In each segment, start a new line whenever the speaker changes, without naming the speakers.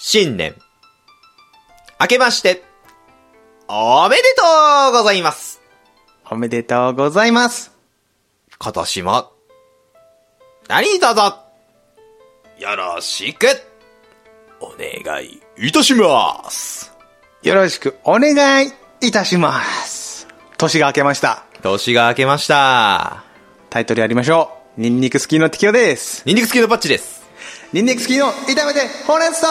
新年。明けまして、おめでとうございます
おめでとうございます
今年も、何とぞ、よろしく、お願いいたします
よろしくお願いいたします年が明けました。
年が明けました。
タイトルやりましょう。ニンニクスキーの適用です。
ニンニクスキーのパッチです。
ニンニクスキーの炒めてほうれん草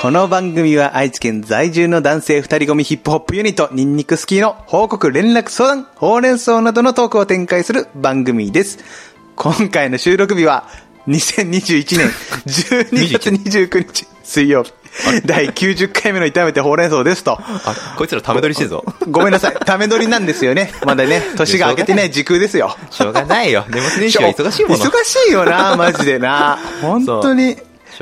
この番組は愛知県在住の男性二人組ヒップホップユニットニンニクスキーの報告連絡相談ほうれん草などのトークを展開する番組です。今回の収録日は2021年12月29日水曜日。第90回目の炒めてほうれん草ですと。
あ、こいつらため撮りしてるぞ
ご。ごめんなさい。ため撮りなんですよね。まだね、年が明けてね、時空ですよ。
しょうがないよ。年末年始は忙しいもん
忙しいよ な、マジでな。本当に。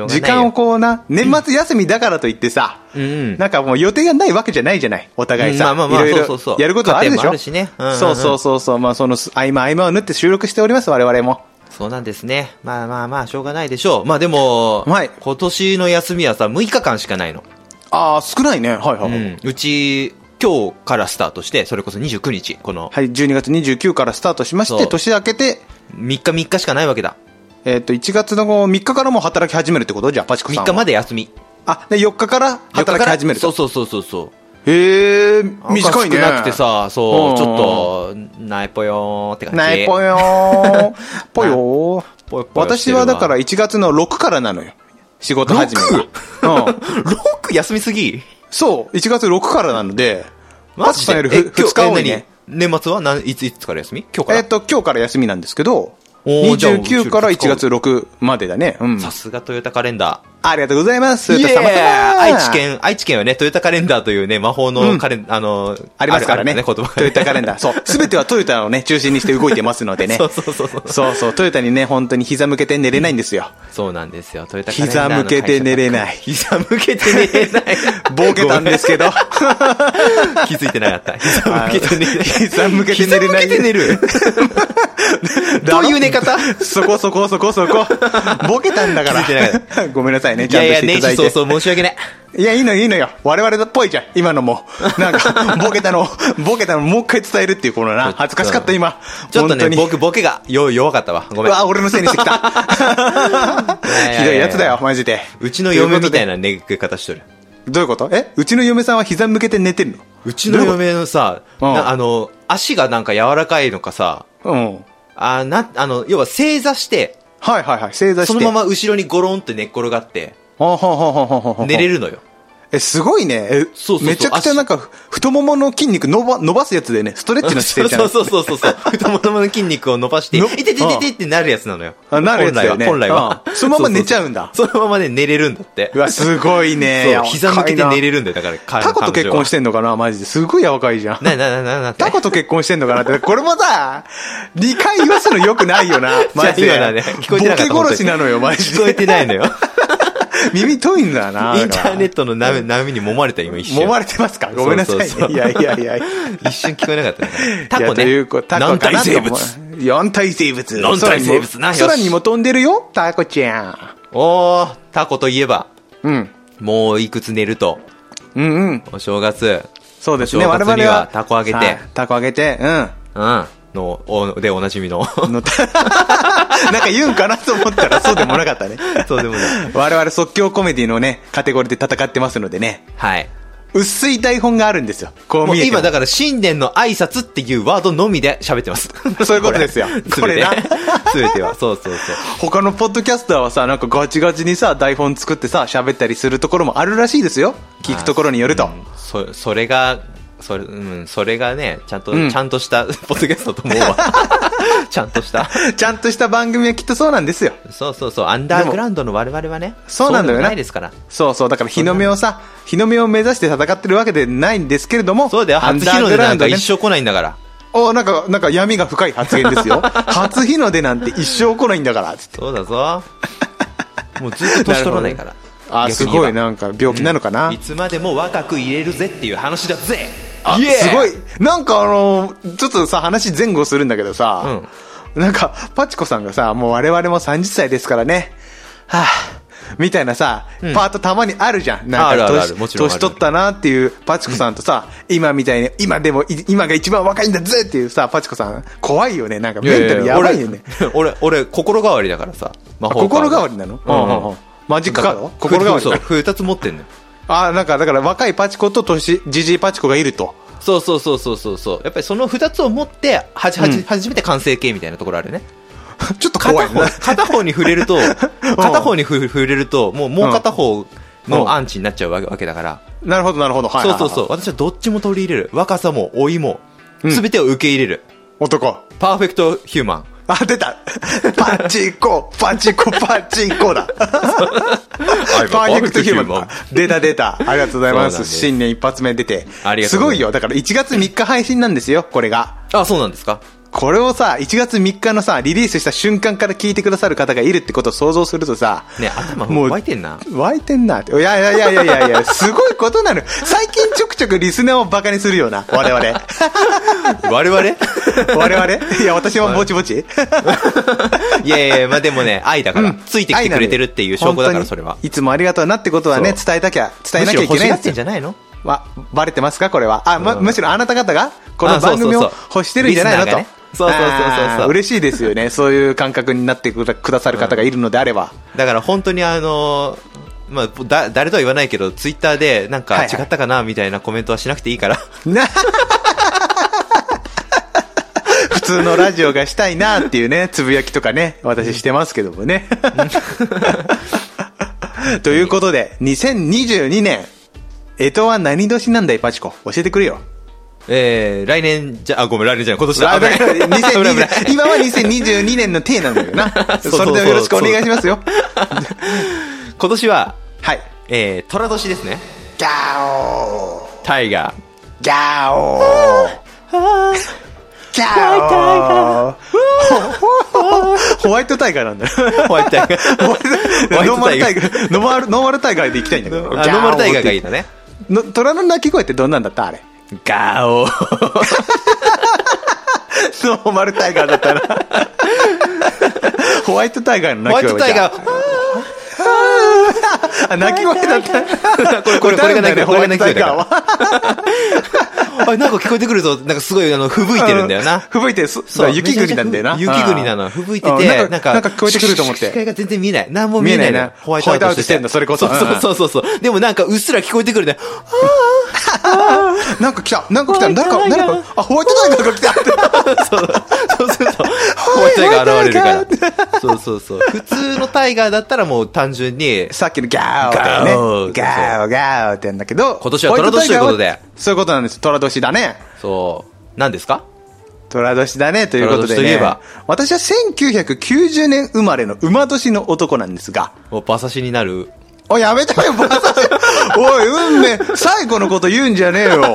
時間をこうな、年末休みだからといってさ、うん、なんかもう予定がないわけじゃないじゃない。お互いさ、いろいろやることあるでしょ。
そう、ね
うんうん、そうそうそう。まあその合間合間を縫って収録しております、我々も。
そうなんですね。まあまあまあ、しょうがないでしょう。まあでも、はい、今年の休みはさ、6日間しかないの。
ああ、少ないね。はいはい、はい、うん。
うち、今日からスタートして、それこそ29日、この。
はい、12月29からスタートしまして、年明けて。
3日3日しかないわけだ。
えっ、と、1月の3日からも働き始めるってことじゃあ、パチコさん
3日まで休み。
あ、で、4日から働き始める
そうそうそうそうそう。
へえ、短いね。
なくてさ、そう、ちょっと、ないぽよーって感じ。
ないぽよー。 ぽよー。私はだから1月の6からなのよ。仕事始め
が。6? 6休みすぎ
そう、1月6からなので、
マジで
2日多いね。
年末は何いついつから休み今日から
えっと、今日から休みなんですけど、29から1月6までだね。
さすがトヨタカレンダ
ー。ありがとうございます。トヨタ
様様愛知県、愛知県はね、トヨタカレンダーというね、魔法のカレン、あの、
ありますからね。
言葉
トヨタカレンダー。そう。すべてはトヨタをね、中心にして動いてますので ね。
そうそうそうそう。
そうそう、トヨタにね、本当に膝向けて寝れないんです よ。
そうなんですよ。トヨタ
カレンダー。膝向けて寝れない。
膝向けて寝れない。
ボケたんですけど。
気づいてなかった。膝向けて寝れない。
膝向けて寝れない。
膝向けて寝 る。どういう寝方
そこそこそこそ こ。ボケたんだから。ごめんなさいね、ちゃんとしていただい
い
て。
やいや、そうそう、申し訳ない。
いや、いいのいいのよ。我々っぽいじゃん、今のも。なん か、ボケたの、ボケたのもう一回伝えるっていうこのな。恥ずかしかった、今。
ちょっとね、僕、ボケがよ弱かったわ。ごめん。
わ、俺のせいにしてきた。 ひどいやつだよ、マジで。
うちの嫁みたいな寝方しとる。
どういうことえうちの嫁さんは膝向けて寝てるの
うちの嫁のさ、あの、足がなんか柔らかいのかさ、うん。あな、あの、要は正座して、
はいはいはい、正座して。
そのまま後ろにゴロンって寝っ転がって、寝れるのよ。
え、すごいね。え、そうそうめちゃくちゃなんか、太ももの筋肉伸ば、伸ばすやつでね、ストレッチの姿勢じゃ
ん。そうそうそうそう。 太ももの筋肉を伸ばして、いててててってなるやつなのよ。
あ、なるやつだよね。
本来は。
そのまま寝ちゃうんだ。
そのままね、寝れるんだって。
うわ、すごいね。
膝向けて寝れるんだよ、だから、
タコと結婚してんのかなマジで。すごいやばかいじゃん。
な、な、な、な、
タコと結婚してんのかなって。これもさ、理解言わすのよくないよな。 マジで。
ボケ
殺しなのよ、マジで。
聞こえてないのよ。
耳遠いんだな。
インターネットの波波に揉まれた、今一瞬。
揉まれてますかごめんなさ い。いやいやいや。
一瞬聞こえなかった ね。タコね。
軟
体生物。
軟体生物。
軟体生物な、
空にも飛んでるよ、タコちゃん。
おー、タコといえば。
うん。
もういくつ寝ると。
うんうん。
お正月。
そうですね、
我々は。タコあげて。
タコあげて、
うん。うん。の、お、でおなじみの。
なんか言うんかなと思ったらそうでもなかったね。
そうでもない。
我々即興コメディのね、カテゴリーで戦ってますのでね。
はい。
薄い台本があるんですよ。こう見えて。
今だから新年の挨拶っていうワードのみで喋ってます。
そういうことですよ。
これな。 すべては。そうそうそう。
他のポッドキャスターはさ、なんかガチガチにさ、台本作ってさ、喋ったりするところもあるらしいですよ。聞くところによると。
そ、それが、それ、うん、それがね、ちゃんと、うん、ちゃんとした、ポッドキャストと思う わ。ちゃんとした。
ちゃんとした番組はきっとそうなんですよ。
そうそうそう、アンダーグラウンドの我々はね。
そうなんだよね。
ないですから。
そうそう、だから日の目をさ、日の目を目指して戦ってるわけでないんですけれども。
そうだよ、初日の出なんか一生来ないんだから。
おなんか、なんか闇が深い発言で すよ。初日の出なんて一生来ないんだから、
そうだぞ。もうずっと年取ら ないから。
あ、すごい、なんか病気なのかな、
いつまでも若くいれるぜっていう話だぜ
あ、すごい。なんかあのー、ちょっとさ、話前後するんだけどさ、うん、なんか、パチコさんがさ、もう我々も30歳ですからね。はぁ、みたいなさ、
ん
パートたまにあるじゃん。なんか
あるあるある
年
もちろんある
年取ったなっていうパチコさんとさ、今みたいに、今でもい、今が一番若いんだぜっていうさ、パチコさん、怖いよね。なんかメンタルやばいよね。
俺、俺、俺心変わりだからさ。魔
あ
法カード
心変わりなの
うんうん
うんうんマジックカード
だから
心変わり
そう、二つ持ってんのよ。
あ、なんかだから若いパチコと年、じじいパチコがいると。
そうそうそうそうそうそう。やっぱりその二つを持って、はじ、はじ、初めて完成形みたいなところあるね。
ちょっと怖
片
い
方
な。、
片方に触れると、片方にふ触れると、もうもう片方
うん
のアンチになっちゃうわけわけだから。
なるほど、なるほど。はい
そ
は
う
い
そ
はいう
そう。。私はどっちも取り入れる。若さも老いも、すべてを受け入れる。
男。
パーフェクトヒューマン。
あ、出たパチコ、パチコ、パチコだ。パーフェクトヒューマン。出た出た。ありがとうございま
そうなん
す。
です
新年一発目出て。
ありがと
す
うご
ご
ざいます
いよ。だから1月3日配信なんですよ、これが。
あ、そうなんですか
これをさ、1月3日のさ、リリースした瞬間から聞いてくださる方がいるってことを想像するとさ、
ね頭湧いてんな。
湧いてんなって。いやいやいやいやいやいや、すごいことなのよ。最近ちょくちょくリスナーをバカにするよな、我々。
我々
我々いや、私もぼちぼち。
いやいやいや、まあでもね、愛だから、ついてきてくれてるっていう証拠だか
本当
ら、
に
それは。
いつもありがとうなってことはね、
そう
伝えなきゃ、伝え
む
な
しろ
きゃいけ
欲
な
し
い
が
ん
って
で
ん
す
じ
よ。
ゃないの
ま、バレてますかこれは。あ、ま、
うん
むしろあなた方が、この
あそうそうそう
番組を欲してるんじゃないのと
リスナーがね。そうそうそうそう
あー嬉しいですよね。そういう感覚になってくだくださる方がいるのであれば。
だから本当にあのーまあ、だ、誰とは言わないけど、ツイッターで、なん
は
か
い
違
はい
ったかな、みたいなコメントはしなくていいから。
な 普通のラジオがしたいなっていうね、つぶやきとかね、私してますけどもね。ということで、2022年、えとは何年なんだい、パチコ。教えてくれよ。
えー、来年じゃ、あ、ごめん、来年じゃない、今年だ。
あ
危ない
だから2022
危ない危ない
今は2022年の体なんだよな。
そうそう
それでもよろしくお願いしますよ。
今年は、
はい。
えー、虎年ですね。
ギャオー
タイガー。
ギャオーギャオーホワイトタイガーなんだよ。
ホワイトタイガ ー。
ノーマルタイガー、ノーマル、ノーマルタイガーで行きたいんだけど。
あノーマルタイガーがいいのね。
の。虎の鳴き声ってどんなんだったあ れ。
ガオ
ノーマルタイガーだったら。 ホワイトタイガーの
ホワ
鳴
イ
き声
トタイガ
ー。
ー。
あ、鳴き声だった。
これ、これ、これがなきゃ、こ
ホワ
れが
イ
なきゃ
トタイ
だ
ガーは
か。ら。あ、なんか聞こえてくるぞ。なんかすごい、あの、吹雪いてるんだよな。
吹雪いて、そそう、雪国なんだよな。
雪国なの。吹雪いて
うん
て、
な
なんん
か、
か、
なんか聞こえてくると思っ
視界
て。
が全然見えない。何も見えない
見
の
えない
よ
な。
ホワイ
ホワイト
ト
ア
ア
ウ
ウ
ト
ト
し
してて
んだそれこそ
そうそうそうそう。でもなんか、うっすら聞こえて くるね。
なんか来た、なんか来た、
ホワイ
な
トタイガー
んか、なんか、あ、ホワイトタイガーが来たって。
そうそうすると、ホワイトタイガー現れるから。そうそうそう。普通のタイガーだったらもう単純に、
さっきのガーオだよね。ガ
ガ
ーオ、ガーオって言うんだけど。
今年は虎年ということで
ホワイトタイガーは。そういうことなんです。虎年だね。
そう、何ですか
虎年だね、ということで、ね。
虎年といえば
私は1990年生まれの馬年の男なんですが。
もう馬刺しになる。
おい、やめたよ、馬刺し。 おい、運命、最後のこと言うんじゃねえよ。おい、お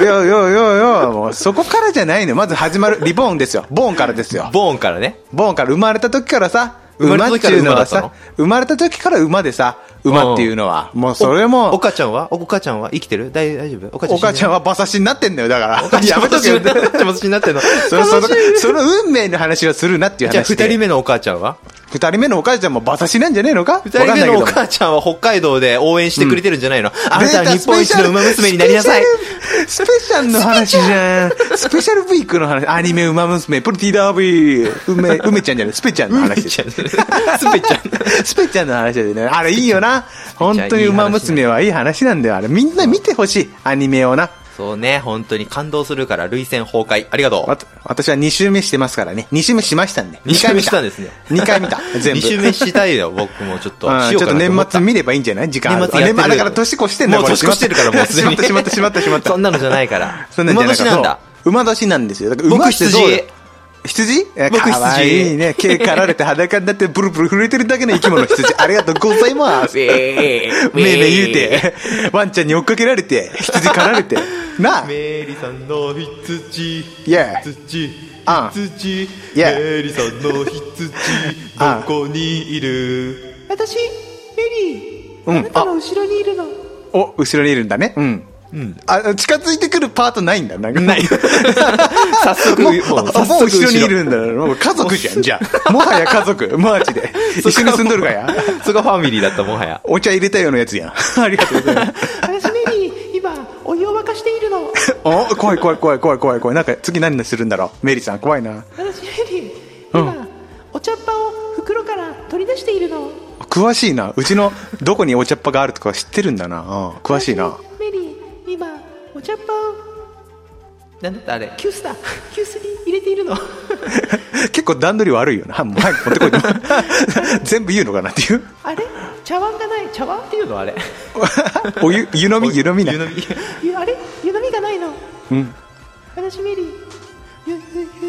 い、おい、おい、おい、おい、もうそこからじゃないのよ。まず始まる、リボーンですよ。ボーンからですよ。
ボーンからね。
ボーンから生まれた時からさ、
生ま
馬
れ
った
時か
てい
ら
うの
馬だ
は
ったの
さ、生まれた時から馬でさ、馬っていうのは、もうそれも、
岡ちゃんは岡ちゃんは生きてる大大丈夫岡ちゃん
お母ちゃん
は
は馬刺しになってんだよ、だから。 やめとけよ。
馬刺しになってんの。
その、その、その運命の話をするなっていう
じゃあ、
話で。
二人目のお母ちゃんは
二人目のお母ちゃんも馬刺しなんじゃねえのか
二人目のお
わかんないけど
母ちゃんは北海道で応援してくれてるんじゃないの、あなた
デー
は
タ
日本一の馬娘になりなさい。
スペシャルスペシャルの話じゃん。スペシャルウィークの話。アニメ、ウマ娘、プロティダービー。梅、梅ちゃんじゃない、スペちゃんの話です。
スペちゃん。
スペちゃんの話だよね。あれいいよな。本当にウマ娘はいい話なんだよ。あれみんな見てほしい。アニメをな。
そうね、本当に感動するから、涙腺崩壊。ありがと
わ
う。
た私は2周目してますからね。2周目しましたんで。
二周目したんですね
2回見た。全部。
二周目したいよ、僕もちょっと。
うん
しよ
ちょ
う
っ
か
と
な思
年
った
末見ればいいんじゃない時間ある
年末やってる
あ年末だから年越してんだよ
もう年越してるからもうすでに
しまったしまったしまったしまっ た。
そんなのじゃないから。
そんなんじゃない
馬年なんだ。
そう馬年なんですよ。だから
僕
馬ってどうよ
羊
羊
僕羊
かわいいね。毛刈られて裸になってブルブル震えてるだけの生き物羊。 ありがとうございます。めい
え
めい言うて、ワンちゃんに追っかけられて、羊狩られて。なあ
メリさんの羊
Yeah
羊
あん
羊
Yeah
メリさんの羊
あん
どこにいる
私メリー、
うん
あなたの後ろにいるの
お、後ろにいるんだね。うん。
うん
あ、近づいてくるパートないんだ。なんか ない。
早速
もう、
もう
あ
早
も
速
う 後ろにいるんだ。もう家族じゃん、じゃあ。もはや家族、マーチで。一緒に住んどるがや。
そこファミリーだったもはや。
お茶入れたようなやつやん。ありがとうございます。
私メリー今お湯を沸かしているの
お怖い怖い怖い怖い怖い怖い。なんか次何するんだろう。メリーさん怖いな。
私メリー今、お茶っ葉を袋から取り出しているの
詳しいな。うちのどこにお茶っ葉があるとか知ってるんだな。うん詳しいな。
私メリー今お茶っ葉を
なんだってあれ。
急須だ急須に入れているの
結構段取り悪いよな。もう早く持ってこ い。全部言うのかなっていう。
あれ茶碗がない茶碗っていうの
あれ。
お湯、湯飲み、湯飲みな。
湯飲み。
湯あれ湯飲みがないの
うん。
私メリー湯湯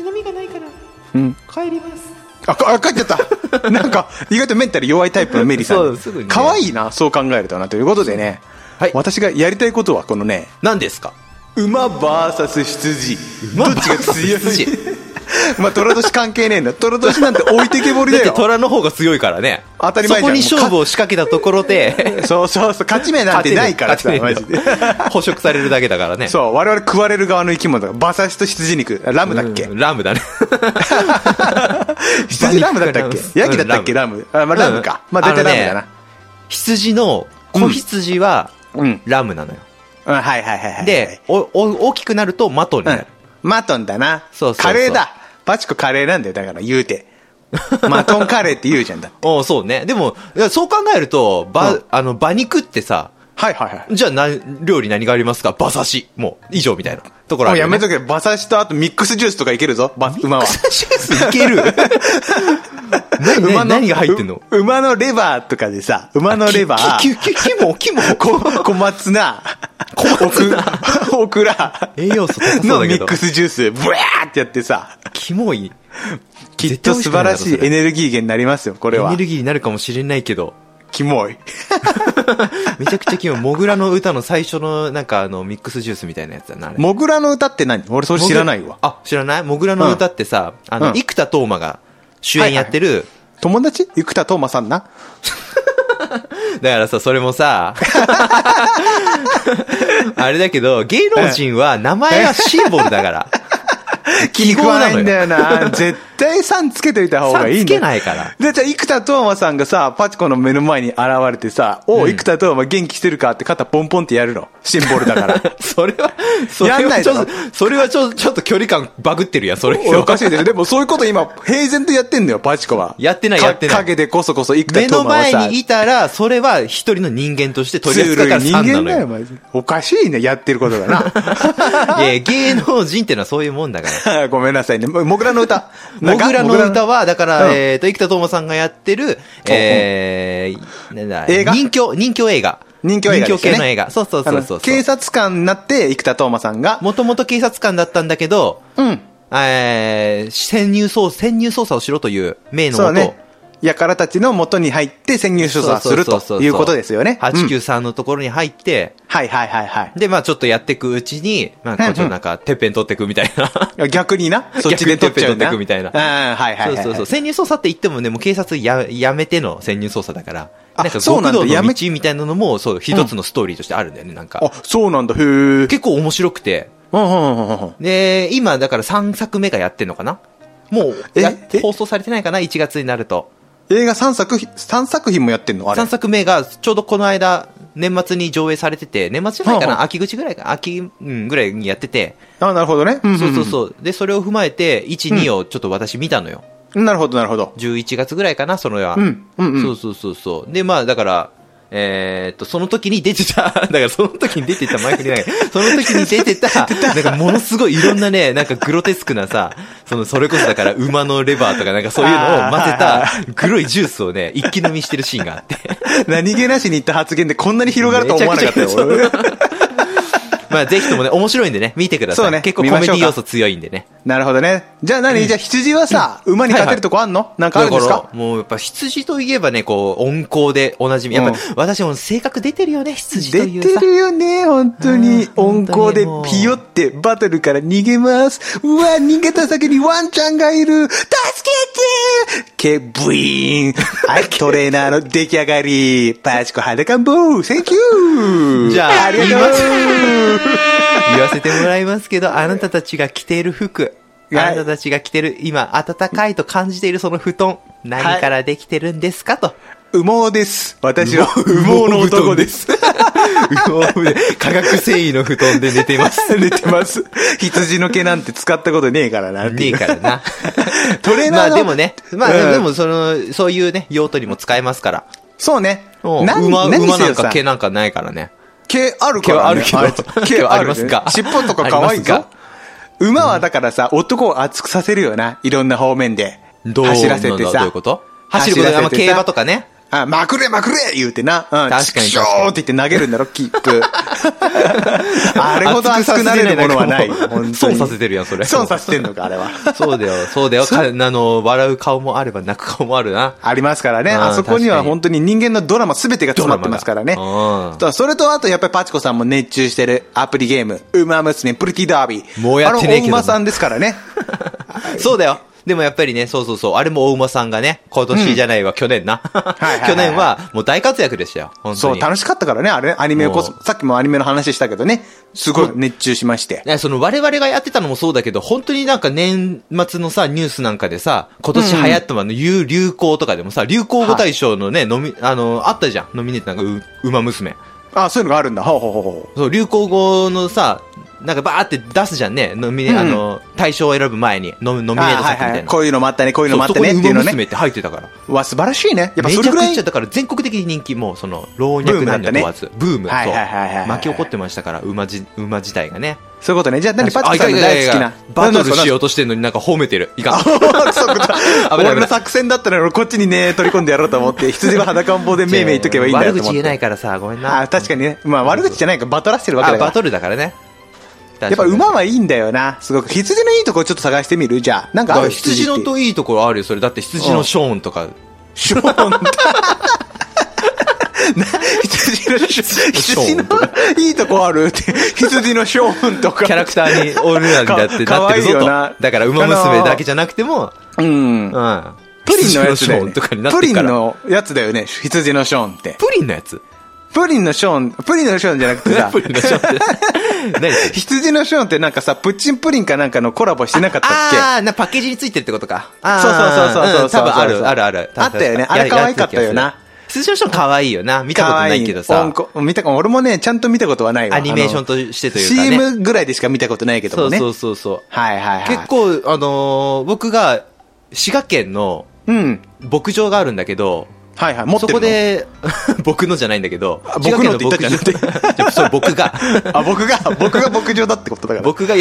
湯飲みがないから
うん。
帰ります
あ、かあ帰っち ゃった。なんか、意外とメンタル弱いタイプのメリーさ
そうすぐに
ん。
ね
可愛、いな、そう考えるとな。ということでね、
はい
私がやりたいことは、このね、
何ですか
馬 VS 羊。
馬
どっちが強
VS 羊
い まあ、虎年関係ねえんだ。虎年なんて置いてけぼり
だっ
だ
て
よ。
虎の方が強いからね。
当たり前じゃん
そこに勝負を仕掛けたところで、
そうそうそう、勝ち目 なんてないからさ、マ
勝て
ジ
ねえ
で
ん。だよ捕食されるだけだからね。
そう、我々食われる側の生き物だから、馬刺しと羊肉、ラムだっけ、
うんラムだ ね。
羊ラムだったっ
馬肉
けヤギだったっけ、
うん
ラム。あ、まあ、ラムか。
うん
まあ、大体ラ
あ
ムだ
の
な。
ね羊の、子羊は、
うん
ラムなのよ。
うん、はいはいはいはい。
で、お、お、大きくなると、マトに
う
なんる。。
マトンだな。
そうそうそう
カレーだ。バチコカレーなんだよ、だから言 うて。マトンカレーって言うじゃんだ。
おうそうね。でも、いやそう考えると、ば、
うん
あの、馬肉ってさ、
はいはいはい。
じゃあな、料理何がありますか馬刺し。もう、以上みたいなところ
も
あ
う
る
や
よ、ね。
めとけ、馬刺しとあとミックスジュースとかいけるぞ、馬馬は。
シュースいけ る何何
馬の
何が入ってんの
う馬のレバーとかでさ、馬のレバ
キ
ー、
ュキュキュキモ、キ モ、こう。
小松菜、
小松
オクオクラ
栄養素高そうだけど
のミックスジュース、ブワーってやってさ、
キモい。
きっと素晴らしいエネルギー源になりますよ、これ
エネ
は
ル。ギーになるかもしれないけど、
キモい。
めちゃくちゃキモい。モグラの歌の最初の、なんかあの、ミックスジュースみたいなやつだな、あれ。
モグラの歌って何俺それ知らないわ。
あ、知らないモグラの歌ってさ、あ
う
の、
ん
生田斗真が主演やってる、
友達生田斗真さんな。
だからさ、それも さ、あれだけど、芸能人は名前がシンボルだ から。
気に食わないんだよな。絶対さんつけといた方がいいんだよ
さんつけないから。
で、じゃあ、生田斗真さんがさ、パチコの目の前に現れてさ、おう、生田斗真元気してるかって肩ポンポンってやるの。シンボルだから。
それは、それ
やんな
はいち
だ
ょ
ろ
っと、それはちょちょっと距離感バグってるやん、それ。
おいおかしいでしょ。でもそういうこと今、平然とやってんのよ、パチコは。
やってない
か
やってない
陰でこそこそ生田
目の
斗真を
前
さ、
にいたら、それは一人の人間として取り
強
扱
い
うから
人
3な
間
の
だよ、
よ。
マジで。おかしいね、やってることが
いや芸能人ってのはそういうもんだから。
な。ごめんなさいね。もモグラの歌。
モグラの歌
は、
は、だから、
うん
えっと、生田斗真さんがやってる、えー、なんだ、
映画
人気、人気映画。
人気映画ですよ
人
ね
気系の映画。そうそうそうそ
あの
うそう
警。察官になって、生田斗真さんが、
もともと警察官だったんだけど、
うん。
えー、潜入捜査、潜入捜査をしろという命の
そ
も
う
と、
ね。やからたちの元に入って潜入
そ
捜
うそう
査するということですよね。うん
893のところに入って、
はいはいはいはい。
で、まあちょっとやっていくうちに、まあこうちょっとなんか、てっぺん取っていくみたいな。
逆にな、そっちで取っちゃうな
逆に手っぺん取ってくみたい
うん、はいはいはいはい。
そうそうそう。潜入捜査って言ってもね、もう警察ややめての潜入捜査だから。
あ
なんか
そう
極
なんだ
道の
やめ
道みたいなのも、そう、一つのストーリーとしてあるんだよね、なんか。
あ、そうなんだ、へえ。うん
結構面白くて。
うんうんうん。
で、今だから3作目がやってんのかなもう、
え
や
え
放送されてないかな ?1 月になると。
映画3作ひ、三作品もやってんのあれ
3。作目がちょうどこの間、年末に上映されてて、年末じゃないか
はあは
な秋口ぐらいか、秋、うん、ぐらいにやってて。
あ、なるほどね。
そうそう
う
そう。で、それを踏まえて、1、2をちょっと私見たのよ。
ん。なるほど、なるほど。
11月ぐらいかな、そのは。
うんうんうん
そうそうそうそう。で、まあ、だから、えーっと、その時に出てた、だ からその時に出てた、前振りない。その時に出て た、なんかものすごいいろんなね、なんかグロテスクなさ、その、それこそだから馬のレバーとかなんかそういうのを混ぜ
あ
た、グロいジュースをね、一気飲みしてるシーンがあって。
何気なしに言った発言でこんなに広がるとは思わなかったよ、
めち
俺
ゃくちゃまあ、ぜひともね、面白いんでね、見てください。
そうね
結構コ
見
メ
ま
デ
しょう
ィ
か
要素強いんでね。
なるほどね。じゃあ何じゃあ羊はさ、馬に勝てるとこあんのなんかあるんです
だか
から
もうやっぱ羊といえばね、こう、温厚でおなじみ。やっぱ、
うん
私も性格出てるよね、羊と
出
いう
て
さ。
るよね、本当に。
うん
温厚で
本当にもう
ピヨってバトルから逃げます。うわ、逃げた先にワンちゃんがいる。助けてけ、ブイーン。はい、トレーナーの出来上がり。パチコ裸ん坊、センキュー。
じゃあ
ありがとうございます。
言わせてもらいますけど、あなたたちが着ている服、あなたたちが着てる、今、暖かいと感じているその布団、何からできてるんですかと。
羽毛です。私の羽毛の男 です。
羽毛で化学繊維の布団で寝ています。
寝てます。羊の毛なんて使ったことねえからなって
ね
い
え
う。
からな。
トレー
ま
ナー
あ
の
でもね、ま
う
あ
ん
でもその、そういうね、用途にも使えますから。
そうね。
うん
何
馬、
何
馬
せ
な
よ
ん
さ
か毛なんかないからね。
毛あるから、ね。
毛はあるけど
あれ
毛
毛
は
あ
あ
る
り
ね
ますか
尻尾とか可愛い
あり
ぞ
ま。
馬はだからさ、男を熱くさせるよな。いろんな方面で。
どう
走らせて
なん
さ。
だどういうこと走ることであんま競馬と
か。
かね。
あ、まくれまくれ言うてな。う
確
ん。
かに確かに
ショーって言って投げるんだろ、キッ プ。あれほど熱くなれるものはない。
熱くさせてない
本当に
損させてるやんそれ
損させてんのか、あれは。
そうだよ、そうだ よ。かあの、笑う顔もあれば泣く顔もあるな。
ありますからね。
うん
あそこに
確
は
かに
本当に人間のドラマ全てが詰まってますからね
ドラマがうん。
とそれとあとやっぱりパチコさんも熱中してるアプリゲーム、ウマ娘プリティダービー。
もうやってねえけどな
あの、大馬さんですか らね。
そうだよ。でもやっぱりね、そうそうそう。あれも大馬さんがね、今年じゃないわ、去年な。
いはいはい
去年はもう大活躍でしたよ。本当
そう、
に。
楽しかったからね、あれ、アニメをこそ
も、
さっきもアニメの話したけどね、すごい熱中しまして。
ねその我々がやってたのもそうだけど、本当になんか年末のさ、ニュースなんかでさ、今年流行ったもの、言う流行とかでもさ、流行語大賞のね、のみ、あの、あったじゃん。ノミネートなんか、う、馬娘。
あ、そういうのがあるんだ。ほうほうほうほ
そう、流行語のさ、なんかバーって出すじゃんね。ノミネ、
うん
あの、大賞を選ぶ前に、ノノ
う。
ミネート
あ
作みたいな。
こういうのもあったね、こういうのもあった
そ
ねっ
うそ
て
こ
い
に
うの
馬娘
ね
っ。て入ってたから。
わ、素晴らしいね。やっぱ
め
そ
ち
れ
ゃ
ぐ
く
らい
ちゃ、だから全国的に人気、もうその、老若男女問わず、ブーム、
ブームだったねはいはいはいはい
そう。巻き起こってましたから、馬じ、馬自体がね。
そういうことね。じゃあ何、パチ
あ
コ
いか
さん
い
の
かいか
大好
い
き
か
な。
バトルしよ
う
うとしてるのになんか褒めてる。い かん。危ない
俺の作戦だったら俺こっちにね、取り込んでやろうと思って、羊は裸ん坊でめいめい言っとけばいいんだよ
悪
と
口
思っ
言えな
て。
いからさ、ごめんな。
あ、確かにね。まあ悪口じゃないか、バトらせてるわけ
あ、
だ
バ
から。
トルだからね。や
やっぱ馬はいいんだよな。すごく。羊のいいとこちょっと探してみるじゃあ。なんかある
羊の
って
といいところあるよ、それ。だって羊のショーンとか。
ショーンだ。な 羊のショーン羊の いいとこあるって羊のショーンとか
キャラクターにオールナリーだって
か
なってるぞ
かわいい
と。
よな
だから、馬娘だけじゃなくても、
うん
うん。
プリンのや
羊
つだよ、
ショーン
ね、
とかになっ
プ
てる
リ
か
ン
ら。
のやつだよね羊のショーンって
プリンのやつ
プリンのショーンプリンのショーンじゃなくて さ
プリンのショーン って。何それ
羊のショーンってなんかさプッチンプリンかなんかのコラボしてなかったっけ
あーな、パッケージについてるってことか。あー
そうそうそうそうそうそうん
多分ある、あるある。
あったよねあれ可愛かったよな。
羊のショーン可愛いよな。見たことないけど
可愛
さ
い音。こ見たか俺もね、ちゃんと見たことはないわ。
アニメーションとしてというかね
CM ぐらいでしか見たことないけど
そ
も
う
ね。
そうそうそう。
はいはいはい。
結。構、あのー、僕が、滋賀県の
うん。
牧場があるんだけど、
はいはい。持っ
そ
てる
こ、
の
で、僕のじゃないんだけど
あ、
滋賀県の
僕のって言ったじゃん
牧場じゃあそう、僕が、
あ、僕が、僕が牧場だってことだから。
僕が、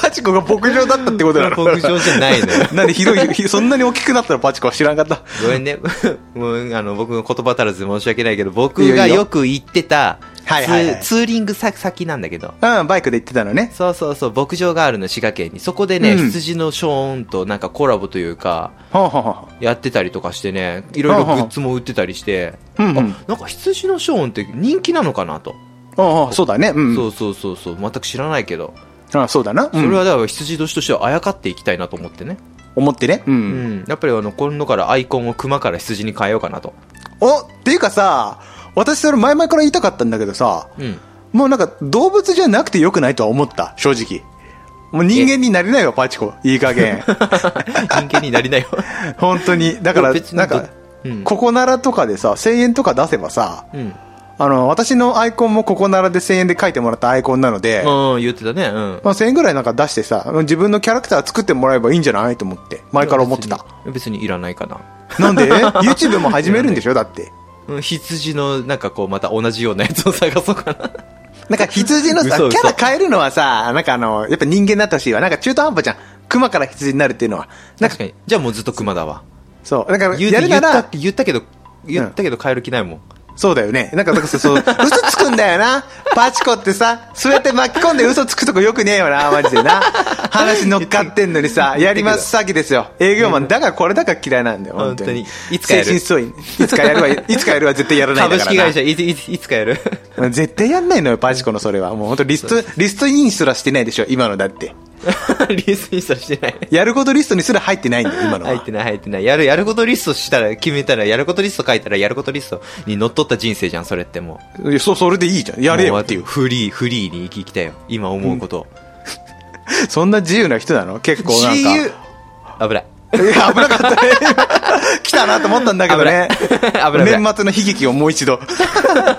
パチコが牧場だったってことなの
牧場じゃないのよ
なんで広い、ひそんなに大きくなったのパチコは知らんかった。
ごめんね。もう、あの、僕の言葉足らず申し訳ないけど、僕
いいよ
が
いいよ
よく行ってた、
はいはいは
ツー
い
ツーリングさ先なんだけど。
うん、バイクで行ってたのね。
そうそうそう、牧場があるの、滋賀県に。そこでね、
うん
羊のショーンとなんかコラボというか、
ほうほうほう。
やってたりとかしてね、いろいろグッズも売ってたりして、
うんうん
あ、なんか羊のショーンって人気なのかなと。
おうおうそうだね。うん。
そうそうそうそう、全く知らないけど。
あそうだな。う
それ
ん
はだから羊年としてはあやかっていきたいなと思ってね。
思ってね。う。
うんん。やっぱりあの、今度からアイコンを熊から羊に変えようかなと。
おっていうかさ、私それ前々から言いたかったんだけどさ、
うん。
もうなんか動物じゃなくてよくないとは思った、正直。もう人間になれないわ、パチコ。いい 加減。
人間になりなよ。
本当に。だか
い
ら
や別、に
なんか、
うん
ココナラとかでさ、1000円とか出せばさ、
うん。
あの、私のアイコンもココナラで1000円で書いてもらったアイコンなので、
うん、言ってたね。うん。
まあ、1000円ぐらいなんか出してさ、自分のキャラクター作ってもらえばいいんじゃないと思って、前から思ってた。
別に。別にいらないかな。
なんで ?YouTube も始めるんでしょだって。
うん羊の、なんかこう、また同じようなやつを探そうかな。
なんか羊のさ、
嘘嘘
キャラ変えるのはさ、なんかあの、やっぱ人間になってほしいわ。なんか中途半端じゃん。熊から羊になるっていうのは。なんか
確、かに。じゃあもうずっと熊だわ。
そう。なんか、
言う
やるな
言っ
ら
た、言ったけど、言ったけど変える気ないもん。
そうだよね。なんか、だからそう、嘘つくんだよな。パチコってさ、そうやって巻き込んで嘘つくとこよくねえよな、マジでな。話乗っかってんのにさ、やります詐欺ですよ。営業マン、だからこれだから嫌いなんだよ、本当に
本。当にいつかやる
精神創い。いつかやるわ、いつかやるわ、絶対やらないんだ
株
からな。
式会社、いつ、いつ、いつかやる。
絶対やんないのよ、パチコのそれは。もう本当リスト、リストインすらしてないでしょ、今のだって。
リストにさしてない。
やることリストにすら入ってないんだよ、今のは。
入ってない、入ってない。やる、やることリストしたら、決めたら、やることリスト書いたら、やることリストにのっとった人生じゃん、それっても
いやそ、それでいいじゃん。
う。
やれよっていう
も。フリー、フリーに生き生きたよ。今思うことを。
そんな自由な人なの結構なんか。
危ない。
いや危なかったね。 来たなと思ったんだけどね。
危ない 危ない危ない
年末の悲劇をもう 一度。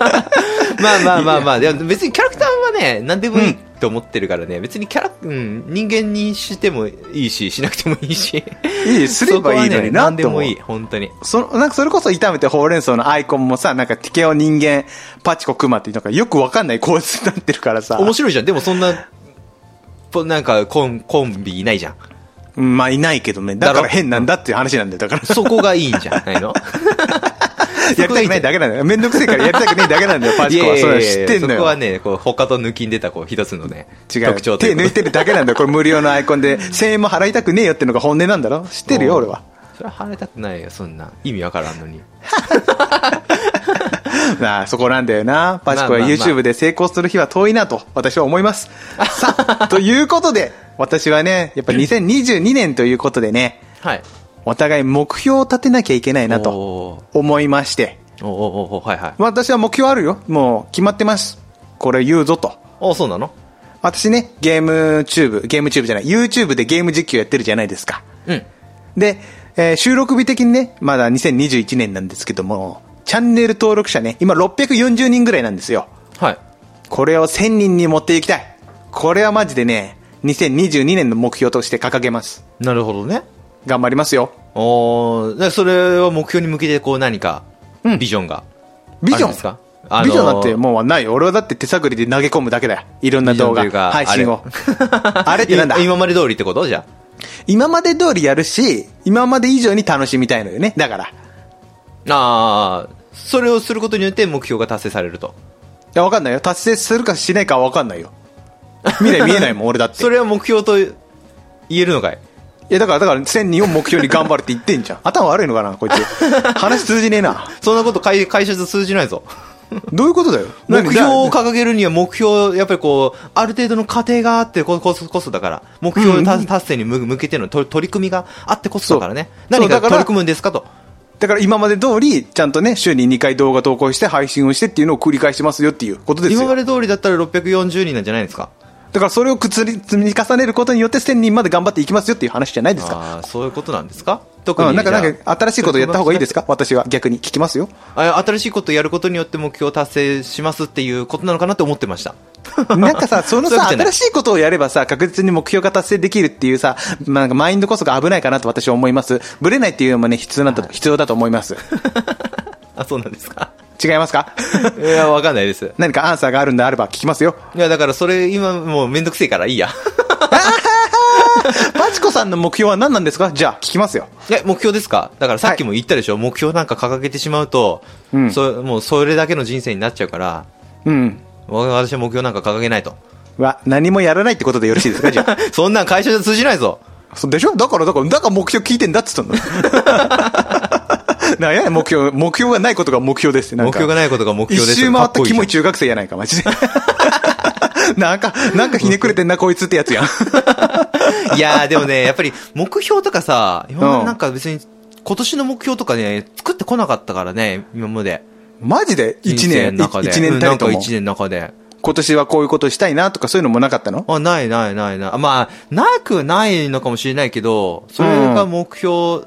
まあまあま あまあ、いや別にキャラクターはね、何でもいいと思ってるからね、別にキャラ、うん、人間にしてもいいし、しなくてもいいし。
いいすればいいのに
そこはね
な
何
って
で
思う
もいい、本当に。
そのなんかそれこそ炒めてほうれん草のアイコンもさ、なんかティケオ人間、パチコクマっていうなんかよくわかんない構図になってるからさ。
面白いじゃん。でもそんな、ぽなんかコン、コンビいないじゃん。
うんまあいないけどね。だか
だ
ら
ろ
変なんだっていう話なんだよ。だか ら。
そこがいいんじゃ ないの
やりたくないだけなんだよ。めんどくせえからやりたくないだけなんだよ、パチコは。
い
そ
や
れ
い
は
やい
知
や
ってんの
そこは
よ。
ね、こう、他と抜きんでた、こう、一つのね、
違う。
特徴とい
手
うか
抜いてるだけなんだよ。これ無料のアイコン で、1000円も払いたくねえよってのが本音なんだろ知ってるよ、俺は。。
それは晴れたくないよ、そんな。意味わからんのに。
なあ、そこなんだよな。パチコは
まあまあまあ
YouTube で成功する日は遠いなと、私は思います。さ あ、ということで、私はね、やっぱ2022年ということでね、
はい。
お互い目標を立てなきゃいけないなと
お
思いまして、
ーおーおーおーはいはい。
私は目標あるよ。もう決まってます。これ言うぞと。
おそうなの
私ね、ゲームチューブ、ゲームチューブじゃない、YouTube でゲーム実況やってるじゃないですか。
うん。
で、えー収録日的にね、まだ2021年なんですけども、チャンネル登録者ね、今640人ぐらいなんですよ。
はい。
これを1000人に持っていきたい。これはマジでね、2022年の目標として掲げます。
なるほどね。
頑張りますよ。
おーだからそれは目標に向けて、こう、何か、
うん
ビジョンが。
ビジ
ある
ョン
んですかあのー
ビジョンなんてもうないよ。俺はだって手探りで投げ込むだけだよ。いろんな動
ビジョンという
画、
か
配信を。 あれってなんだ
い今 まで通りってことじゃ
今まで通りやるし、今まで以上に楽しみたいのよね。だから。い
あ。あーそれをすることによって目標が達成されると。
や、わかんないよ。達成するかしないかはわかんないよ。未来見えないもん、俺だって。
それは目標と言えるのかい
いや、だから、だから、1000人を目標に頑張るって言っ てんじゃん。頭悪いのかな、こいつ。話通じねえな。
そんなこと解解説通じないぞ。
どういうことだよ。
目標
何
を掲げるには目標、やっぱりこう、ある程度の過程があってここそこそだから、目標達達成に向向けてのと取り組みがあってこそだからね。
そ
何
うそうだ
か
から
取り組むんですかと。
だから今まで通り、ちゃんとね、週に2回動画投稿して配信をしてっていうのを繰り返してますよっていうことです
今ま
よ。
で通りだったら640人なんじゃないですか。
だからそれをくつり積み重ねることによって1000人まで頑張っていきますよっていう話じゃないですか。
ああー、そういうことなんですか特
うん、
に。
なんか、
じゃあ
なんか、新しいことやった方がいいですか私は逆に聞きま すよ。
あ新しいことやることによって目標を達成しますっていうことなのかなって思ってました。
なんかさ、その
そういうこ
さ、
とじゃない
新しいことをやればさ、確実に目標が達成できるっていうさ、まあなんかマインドこそが危ないかなと私は思います。ブレないっていうのもね、必要なんだ、必要だと思います。
あ、そうなんですか
違 いますか
いや、わかんないです。
何かアンサーがあるんであれば聞き ますよ。
いや、だからそれ今もうめんどくせえから いいや。
パチコさんの目標は何なんですかじゃあ聞きますよ。
え、目標ですかだからさっきも言ったでしょ、目標なんか掲げてしまうと、
うん
そもうそれだけの人生になっちゃうから、
うん。
わ私は目標なんか掲げないと。
は、何もやらないってことでよろしいですかじゃあ。
そんなん会社じゃ通じないぞ。
そうでしょだから、だから、だから目標聞いてんだって 言ったの。なんやねん目標、目標がないことが目標ですって。なん
目
か
標がないことが目標
一
です。
周回ったキモい
か
中学生やないか、マ ジで。なんか、なんかひねくれてんな、こいつってやつやん。
っこいいじゃんいやーでもね、やっぱり目標とかさ、今までなんか別に今年の目標とかね、作ってこなかったからね、今まで。
マジで一
人生
年、
の中で。
一年たりと
うん
も
なんか。一年の中で。
今年はこういうことしたいなとかそういうのもなかったの
あ、ないないないない。まあ、なくないのかもしれないけど、それが目標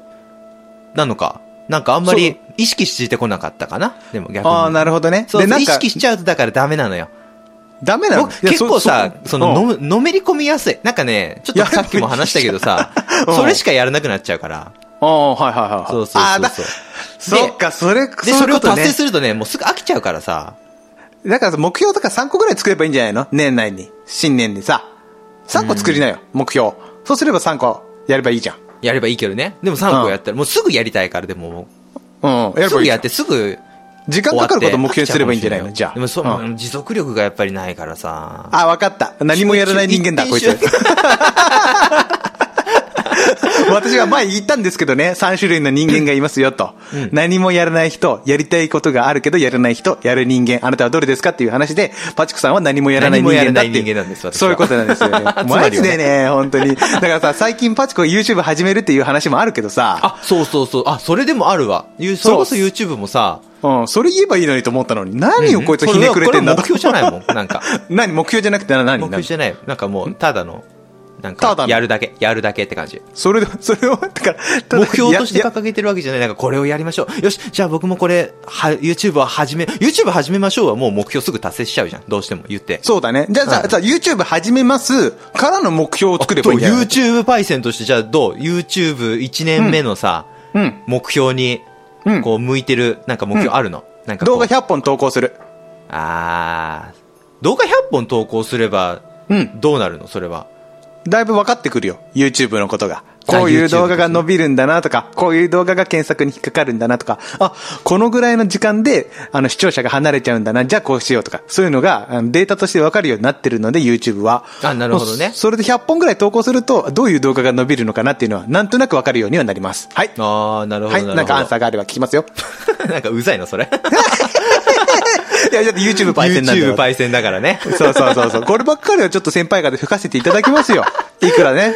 なのか。なんかあんま
そ
り意識してこなかったかな。でも逆に。
ああ、なるほどね。
そうそ
で、
う
なん
意
か、
識しちゃうとだからダメなのよ。
ダメなの
僕結構さ、その、
む。、
ののめり込みやすい。なんかね、ちょっとさっきも話したけどさ
うん
それしかやらなくなっちゃうから。
ああ、はいはいはい。
そうそうそうそう
あーだそっか、それ、
で、
うい
そうれ
こ
を
と
達
ね
成するとね、もうすぐ飽きちゃうからさ。
だから目標とか3個ぐらい作ればいいんじゃないの年内に。新年でさ。3個作りなよ、目標。そうすれば3個やればいいじゃん。
やればいいけどね。でも3個やったら、もうすぐやりたいから、でも、
うん、やれ
すぐ
ばいいじ
や
ゃん
っ。てすぐ、
時間かかることを目標にすればいいんじゃないのじゃあ。
でもそう、
うん
持続力がやっぱりないからさ。
あ、わかった。何もやらない人間だ、
一
こいつ。
一
私は前言ったんですけどね、3種類の人間がいますよと。
ん
何もやらない人、やりたいことがあるけどやらない人、やる人間、あなたはどれですかっていう話で、パチコさんは何もやらない人間だってい
何もやら
う。
ない人間なんです私は
そういうことなんですよね
。つま
マ
り
ジ
はね
でね、本当に。だからさ、最近パチコ YouTube 始めるっていう話もあるけどさ、
あ、そうそうそう。あ、それでもあるわ。ゆそれこそ YouTube もさ。
うん、それ言えばいいのにと思ったのに、何をこいつひねくれてんだ。
こと はこれは目標じゃないもん。なんか。
何目標じゃなくてな何
目標じゃない。なんかもう、ただの、なん
ただ
か
の
やるだけやるだけって感じ
それで、それを、だから、ただ
目標として
やや
掲げてるわけじゃないなんかこれをやりましょうよしじゃあ僕もこれは YouTube を始め YouTube 始めましょうはもう目標すぐ達成しちゃうじゃんどうしても言って
そうだね。じゃあ、
はい
じゃあ、じゃあ YouTube 始めますからの目標を作ればいいんだよ。
YouTube パイセンとしてじゃあどう YouTube1 年目のさ、
うん
目標に
うん
こう向いてるなんか目標あるの、なんかこう
動画100本投稿する。
あー動画100本投稿すれば
うん
どうなるのそれは
だいぶ分かってくるよ。YouTube のことが。
あ
こういう
YouTube
動画が伸びるんだなとか、こういう動画が検索に引っかかるんだなとか、あ、このぐらいの時間で、あの、視聴者が離れちゃうんだな、じゃあこうしようとか、そういうのが、あのデータとして分かるようになってるので、YouTube は。
あなるほどね
もうそれで100本ぐらい投稿すると、どういう動画が伸びるのかなっていうのは、なんとなく分かるようにはなります。はい。
ああなるほどな
は。
いるほど、
なんかアンサーがあれば聞きま すよ。
ーなんかうざいのそれ
いや、だって YouTube パイセンなんだ
YouTube
よ。
パイセンだからね
そうそうそうそう。こればっかりはちょっと先輩方吹かせていただきま すよ。いくらね、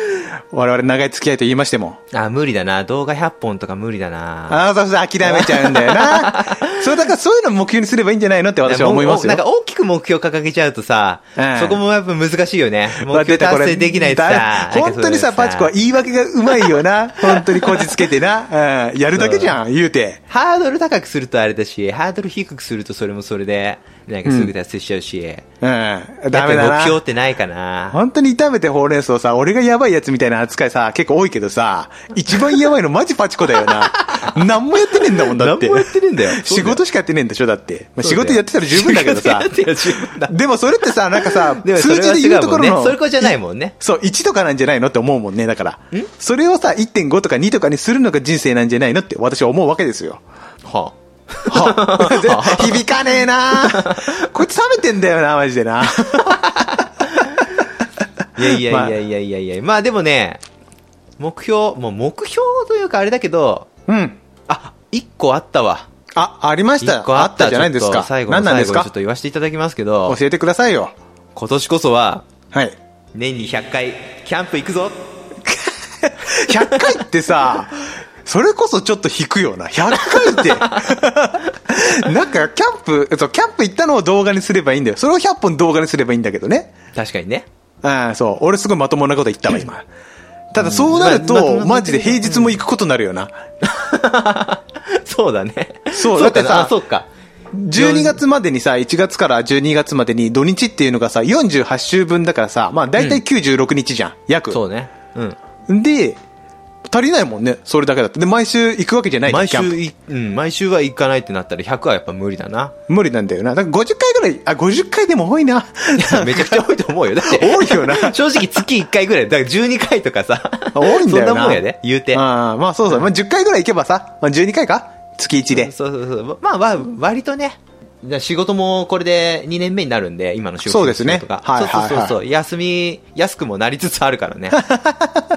我々長い付き合いと言いましても。
あー無理だな動画100本とか無理だな
ああ、そうそう、諦めちゃうんだ よな。それだからそういうのを目標にすればいいんじゃないのって私は思いますよ。
なんか大きく目標掲げちゃうとさ、
うん
そこもやっぱ難しいよね。目
わ出
標
たこ
達
れ
成できないとさ
だ。本当にさ、パチコは言い訳がうまいよな。本当にこじつけてな。うんやるだけじゃん、言うて。
ハードル高くするとあれだし、ハードル低くするとそれもそれで、なんかすぐ達成しちゃうし、
うん。ダメだ
やっぱ目
な。
標ってないかな。
本当に炒めてほうれん草さ、俺がやばいやつみたいな扱いさ、結構多いけどさ、一番やばいのマジパチコだ よな。何もやってねえんだもんだって。
何もやってねえんだよそう
仕
だよ
事しかやってねえんでしょだって。まあ、仕
そうだよ
事やってたら十分だけど
仕。
さ
事やってたら十分だ
でもそれってさ、なんかさ、
でもそ
数
れは
字で言うところ
違うもん
の。
ねそれこそじゃないもんね
そう、1とかなんじゃないのって思うもんね、だから。それをさ、1.5とか2とかにするのが人生なんじゃないのって私は思うわけですよ。
は
は響かねえな こいつ冷めてんだよな、マジでな。
あ、いやいやいやいやいやいや、まあでもね、目標、もう目標というかあれだけど、
うん。
あ、一個あったわ。
あ、ありまし
一
た。
個
あ
あ
っ
ったた
じゃないです
ちょっ
か
と。最後の
何なん
最
で
後に
す
ちょ
か
っと言わせていただきますけど、
教えてくださいよ。
今年こそは、
はい。
年に100回、キャンプ行くぞ
100回ってさ、それこそちょっと引くよな。100回って。 なんか、キャンプ、そう、キャンプ行ったのを動画にすればいいんだよ。それを100本動画にすればいいんだけどね。
確かに ね。
ああ、そう。俺すごいまともなこと言ったわ、今。ただそうな
ま
る
まともなこと言って
と、
る
マジで平日も行くことになるよな。
そうだね。
そう
だ
だってさ
あ、そうか。
12月までにさ、1月から12月までに土日っていうのがさ、48週分だからさ、まあ大体96日じゃん、約。
そうね。うん。
で、足りないもんね、それだけだって。で、毎週行くわけじゃないじゃん
毎
キャンプ
週い、うん、毎週は行かないってなったら100はやっぱ無理だ な。
無理なんだよな。だから50回ぐらい、あ、50回でも多いな。
めちゃくちゃ多いと思うよ。だって。
多いよな
正直月1回ぐらい。だから12回とかさ。
多いんだよな。
そんなもんやで、言うて。
ああまあそうそう。まあ10回ぐらい行けばさ、まあ12回か月1で。
そうそうそう。まあ、わ割とね。じゃあ仕事もこれで2年目になるんで、今の仕事
そうですね
仕事が
はいはいは
そう
い
そうそうそう。休み、安くもなりつつあるから ね。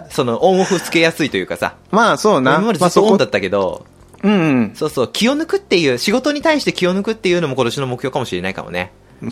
その、オンオフつけやすいというかさ。
まあそうな。
今までず
まあ
っ
そ
とオ
こ
ンだったけど、
うん
そうそう、気を抜くっていう、仕事に対して気を抜くっていうのも今年の目標かもしれないかもね。
うん。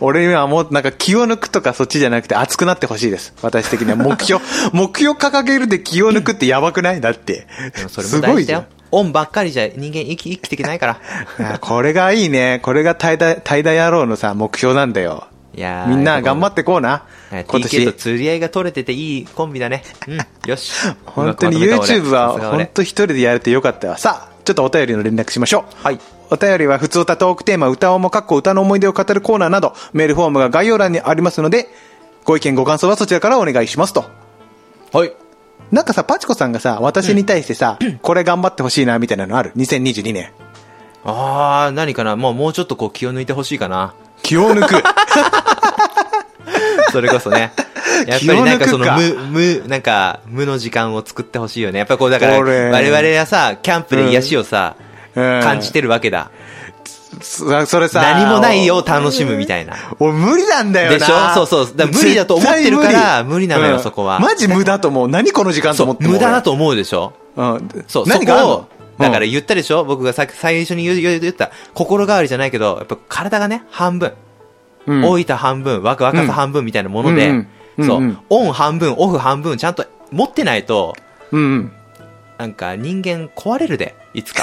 俺はもうなんか気を抜くとかそっちじゃなくて熱くなってほしいです。私的には目 標、目標掲げるで気を抜くってやばくないだって
で。もそれ
す
も
ご
大
い
事
じ
だ
ゃ
よ
ん。。
オンばっかりじゃ人間生き生きていけない から。
いやこれがいいね。これが怠惰、怠惰野郎のさ、目標なんだよ。
いやー
みんな頑張ってこうな。
はい
今
TK と
年。
釣り合いが取れてていいコンビだね。うん、よし。
本当に
うまくまとめた
YouTube
俺さ
は
すが
本
俺
当一人でやれてよかったわ。さあ、ちょっとお便りの連絡しましょう。
はい。
お便りは、普通歌トークテーマ、歌おもかっこ歌の思い出を語るコーナーなど、メールフォームが概要欄にありますので、ご意見ご感想はそちらからお願いしますと。
はい。
なんかさ、パチコさんがさ、私に対してさ、これ頑張ってほしいな、みたいなのある ?2022 年。
あー、何かな。もう、もうちょっとこう気を抜いてほしいか な。
気を 抜く。
それこそね。やっぱりなんかその
気を抜
無、無、なんか無の時間を作ってほしいよね。やっぱこうだから、
これ
我々はさ、キャンプで癒しをさ、
うん
感じてるわけだ。
そそれさ、
何もないよ、楽しむみたいな。
俺無理なんだよな。
でしょそうそうだから無理だと思ってるから
絶対
無理なのよそこは
マジ無駄と思う。何この時間と
そ
思
う
っ、ても
無駄だ。と思うでしょ
俺うん。
そう、
何
何
があ
が
んの
だから
うん
言ったでしょ僕がさ最初に言う言う言った、心変わりじゃないけど、やっぱ体がね、半分。
うん
老いた半分、若々さ半分みたいなもので、
うんうん
そう、
うんうん
オン半分、オフ半分、ちゃんと持ってないと、
うんうん。
なんか人間壊れるで、い つか。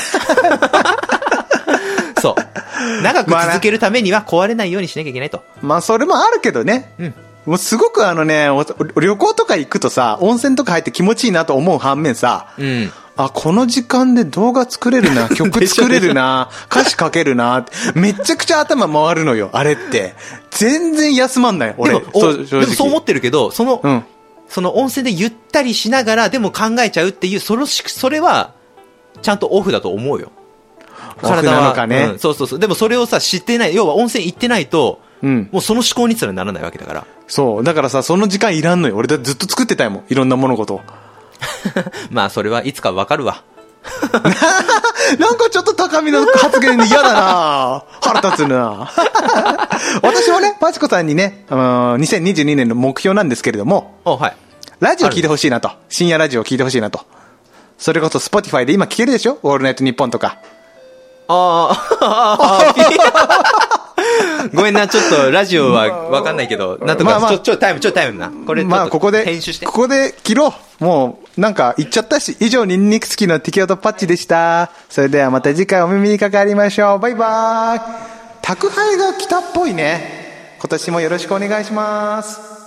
そう。長く続けるためには壊れないようにしなきゃいけないと。
まあ、それもあるけどね。
うん
もうすごくあのね、お旅行とか行くとさ、温泉とか入って気持ちいいなと思う反面さ、
ん
あ、この時間で動画作れる な、曲作れる な、歌詞書けるな、めちゃくちゃ頭回るのよ、あれって。全然休まんない、俺。
でもおでも
正直
そう思ってるけどその、
うん
その温泉でゆったりしながらでも考えちゃうっていうそれしそれはちゃんとオフだと思うよ
オフなのかね
うんそうそうそうでもそれをさ知ってない要は温泉行ってないと、
うん
もうその思考にすらならないわけだから
そう。だからさ、その時間いらんのよ。俺だってずっと作ってたいもん。いろんな物事を。
まあそれはいつかわかるわ
なんかちょっと高みの発言で嫌だな腹立つ な私もね、パチコさんにね、あのー2022年の目標なんですけれども、
おはい
ラジオ聞いてほしいなと。深夜ラジオ聞いてほしいなと。それこそ Spotify で今聞けるでしょオールナイトニッポンとか。
あーごめんな、ちょっとラジオはわかんないけど、なんと
まあま
か、
あ
ちょ、ちょ、タイム、ちょ、タイムな。これ、
まあ、ここで、
編集して
こ。こで切ろう。もう、なんか言っちゃったし、以上、ニンニク付きの適応とパッチでした。それではまた次回お耳にかかりましょう。バイバーイ。宅配が来たっぽいね。今年もよろしくお願いします。